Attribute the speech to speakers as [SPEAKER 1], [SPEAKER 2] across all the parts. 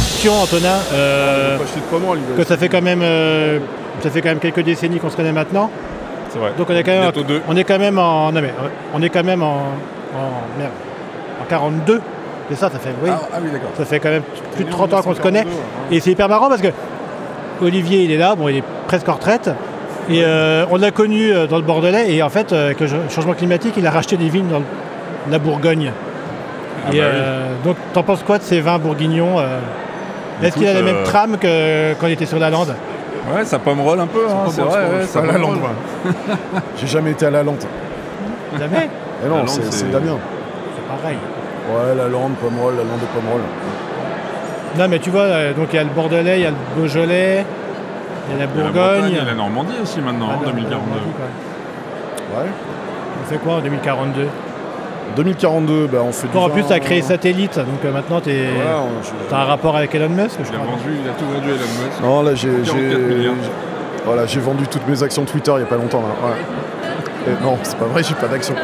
[SPEAKER 1] Sûr, Antonin, euh,
[SPEAKER 2] Faut acheter de quoi, moi, lui,
[SPEAKER 1] que ça fait quand même, euh, ça fait quand même quelques décennies qu'on se connaît maintenant.
[SPEAKER 2] C'est vrai.
[SPEAKER 1] Donc on est quand même,
[SPEAKER 2] Bientôt deux.
[SPEAKER 1] on est quand même en, non mais, euh, on est quand même en, en- merde, en 42. C'est ça, ça fait, oui.
[SPEAKER 2] Ah, ah oui, d'accord.
[SPEAKER 1] Ça fait quand même plus de
[SPEAKER 2] né en
[SPEAKER 1] 30 ans qu'on se connaît.
[SPEAKER 2] 1942,
[SPEAKER 1] Et c'est hyper marrant parce que Olivier, il est là, bon, il est presque en retraite. Et euh, on l'a connu euh, dans le Bordelais. Et en fait, euh, avec le ch- changement climatique, il a racheté des vignes dans le- la Bourgogne.
[SPEAKER 2] Ah
[SPEAKER 1] Et,
[SPEAKER 2] bah oui.
[SPEAKER 1] euh, donc, t'en penses quoi de ces vins bourguignons euh, Est-ce qu'il a la
[SPEAKER 2] Écoute,
[SPEAKER 1] même
[SPEAKER 2] euh,
[SPEAKER 1] trame que quand il était sur la lande
[SPEAKER 2] Ouais, ça pomerole un peu,
[SPEAKER 3] Ah,
[SPEAKER 2] hein, c'est vrai. ouais, ça
[SPEAKER 3] à la
[SPEAKER 2] pomerole.
[SPEAKER 3] Lande. moi. J'ai jamais été à la Lande.
[SPEAKER 1] Jamais
[SPEAKER 3] Eh non,
[SPEAKER 2] La Lande,
[SPEAKER 3] c'est
[SPEAKER 2] c'est-
[SPEAKER 3] c'est Damien.
[SPEAKER 1] C'est pareil.
[SPEAKER 3] Ouais, la Lande, Pomerol, la Lande et Pomerol.
[SPEAKER 1] Non, mais tu vois, euh, donc il y a le Bordelais, il y a le Beaujolais, il y a la
[SPEAKER 2] Il y a la
[SPEAKER 1] Bourgogne.
[SPEAKER 2] Bretagne, il y a la Normandie aussi maintenant,
[SPEAKER 1] Ah,
[SPEAKER 2] en
[SPEAKER 1] non,
[SPEAKER 2] 2042.
[SPEAKER 1] Normandie, quoi.
[SPEAKER 3] Ouais.
[SPEAKER 1] On fait quoi en 2042
[SPEAKER 3] 2042, bah, on fait du
[SPEAKER 1] Toi, en
[SPEAKER 3] vin-
[SPEAKER 1] plus, t'as créé Satellite, donc euh, maintenant, t'es...
[SPEAKER 3] Ouais, on- je-
[SPEAKER 1] T'as un rapport avec Elon Musk, je
[SPEAKER 2] Il a
[SPEAKER 1] crois.
[SPEAKER 2] vendu, il a tout vendu Elon Musk.
[SPEAKER 3] Non, là, j'ai...
[SPEAKER 2] 44 milliards.
[SPEAKER 3] j'ai- Voilà, j'ai vendu toutes mes actions Twitter il n'y a pas longtemps. là. Ouais. Et non, c'est pas vrai, j'ai pas d'action.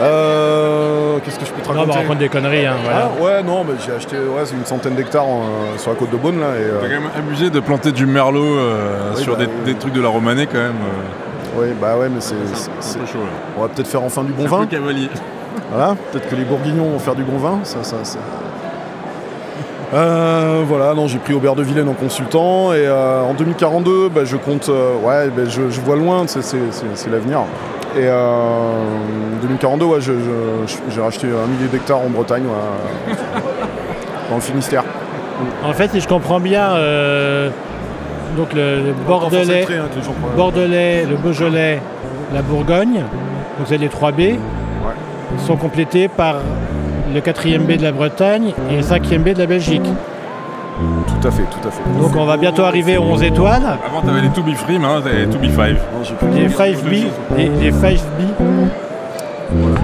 [SPEAKER 3] Euh, Qu'est-ce que je peux te
[SPEAKER 1] Non,
[SPEAKER 3] raconter
[SPEAKER 1] bah, on raconte des conneries, hein, voilà.
[SPEAKER 3] Ah, ouais, non, mais j'ai acheté ouais, c'est une centaine d'hectares en, euh, sur la côte de Beaune, là. Et, euh,
[SPEAKER 2] T'as quand même abusé de planter du merlot euh,
[SPEAKER 3] Oui,
[SPEAKER 2] sur
[SPEAKER 3] bah,
[SPEAKER 2] des,
[SPEAKER 3] oui.
[SPEAKER 2] des trucs de la Romanée quand même. euh,
[SPEAKER 3] ouais, bah ouais, mais c'est...
[SPEAKER 2] c'est un-
[SPEAKER 3] c'est-
[SPEAKER 2] c'est un peu chaud. là.
[SPEAKER 3] On va peut-être faire enfin du bon
[SPEAKER 2] C'est un
[SPEAKER 3] vin.
[SPEAKER 2] peu cavalier.
[SPEAKER 3] Voilà, peut-être que les bourguignons vont faire du bon vin, ça, ça, ça. Euh, voilà, non, j'ai pris Aubert de Vilaine en consultant et euh, en 2042, bah, je compte, euh, ouais, bah, je, je vois loin, c'est, c'est, c'est, c'est l'avenir. Et euh, 2042, ouais, je- je- je- j'ai racheté un millier d'hectares en Bretagne, ouais, euh, dans le Finistère.
[SPEAKER 1] En fait, si je comprends bien, euh, donc le, le Bordelais,
[SPEAKER 3] hein,
[SPEAKER 1] Bordelais, le Beaujolais, la Bourgogne, donc c'est les 3 B, sont complétés par le 4e B de la Bretagne et le 5e B de la Belgique.
[SPEAKER 3] Tout à fait, tout à fait.
[SPEAKER 1] Donc on va bientôt arriver aux 11 étoiles.
[SPEAKER 2] Avant t'avais les To Be Free, maintenant t'avais les To Be Five.
[SPEAKER 3] Non, j'ai plus
[SPEAKER 1] Les 5B, les, les 5B.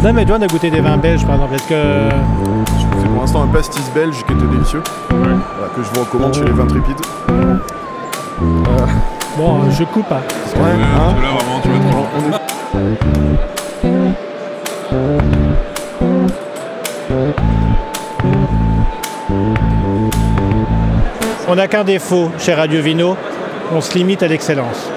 [SPEAKER 1] Non mais toi on a goûté des vins belges par exemple, parce que
[SPEAKER 3] C'est pour l'instant un pastis belge qui était délicieux, voilà, que je vous recommande
[SPEAKER 1] Oh.
[SPEAKER 3] chez les vins trépides.
[SPEAKER 1] bon euh, je coupe. hein.
[SPEAKER 3] Ouais,
[SPEAKER 2] Euh,
[SPEAKER 3] hein.
[SPEAKER 2] parce que là vraiment tu vas trop loin.
[SPEAKER 1] On n'a qu'un défaut chez Radio Vino, on se limite à l'excellence.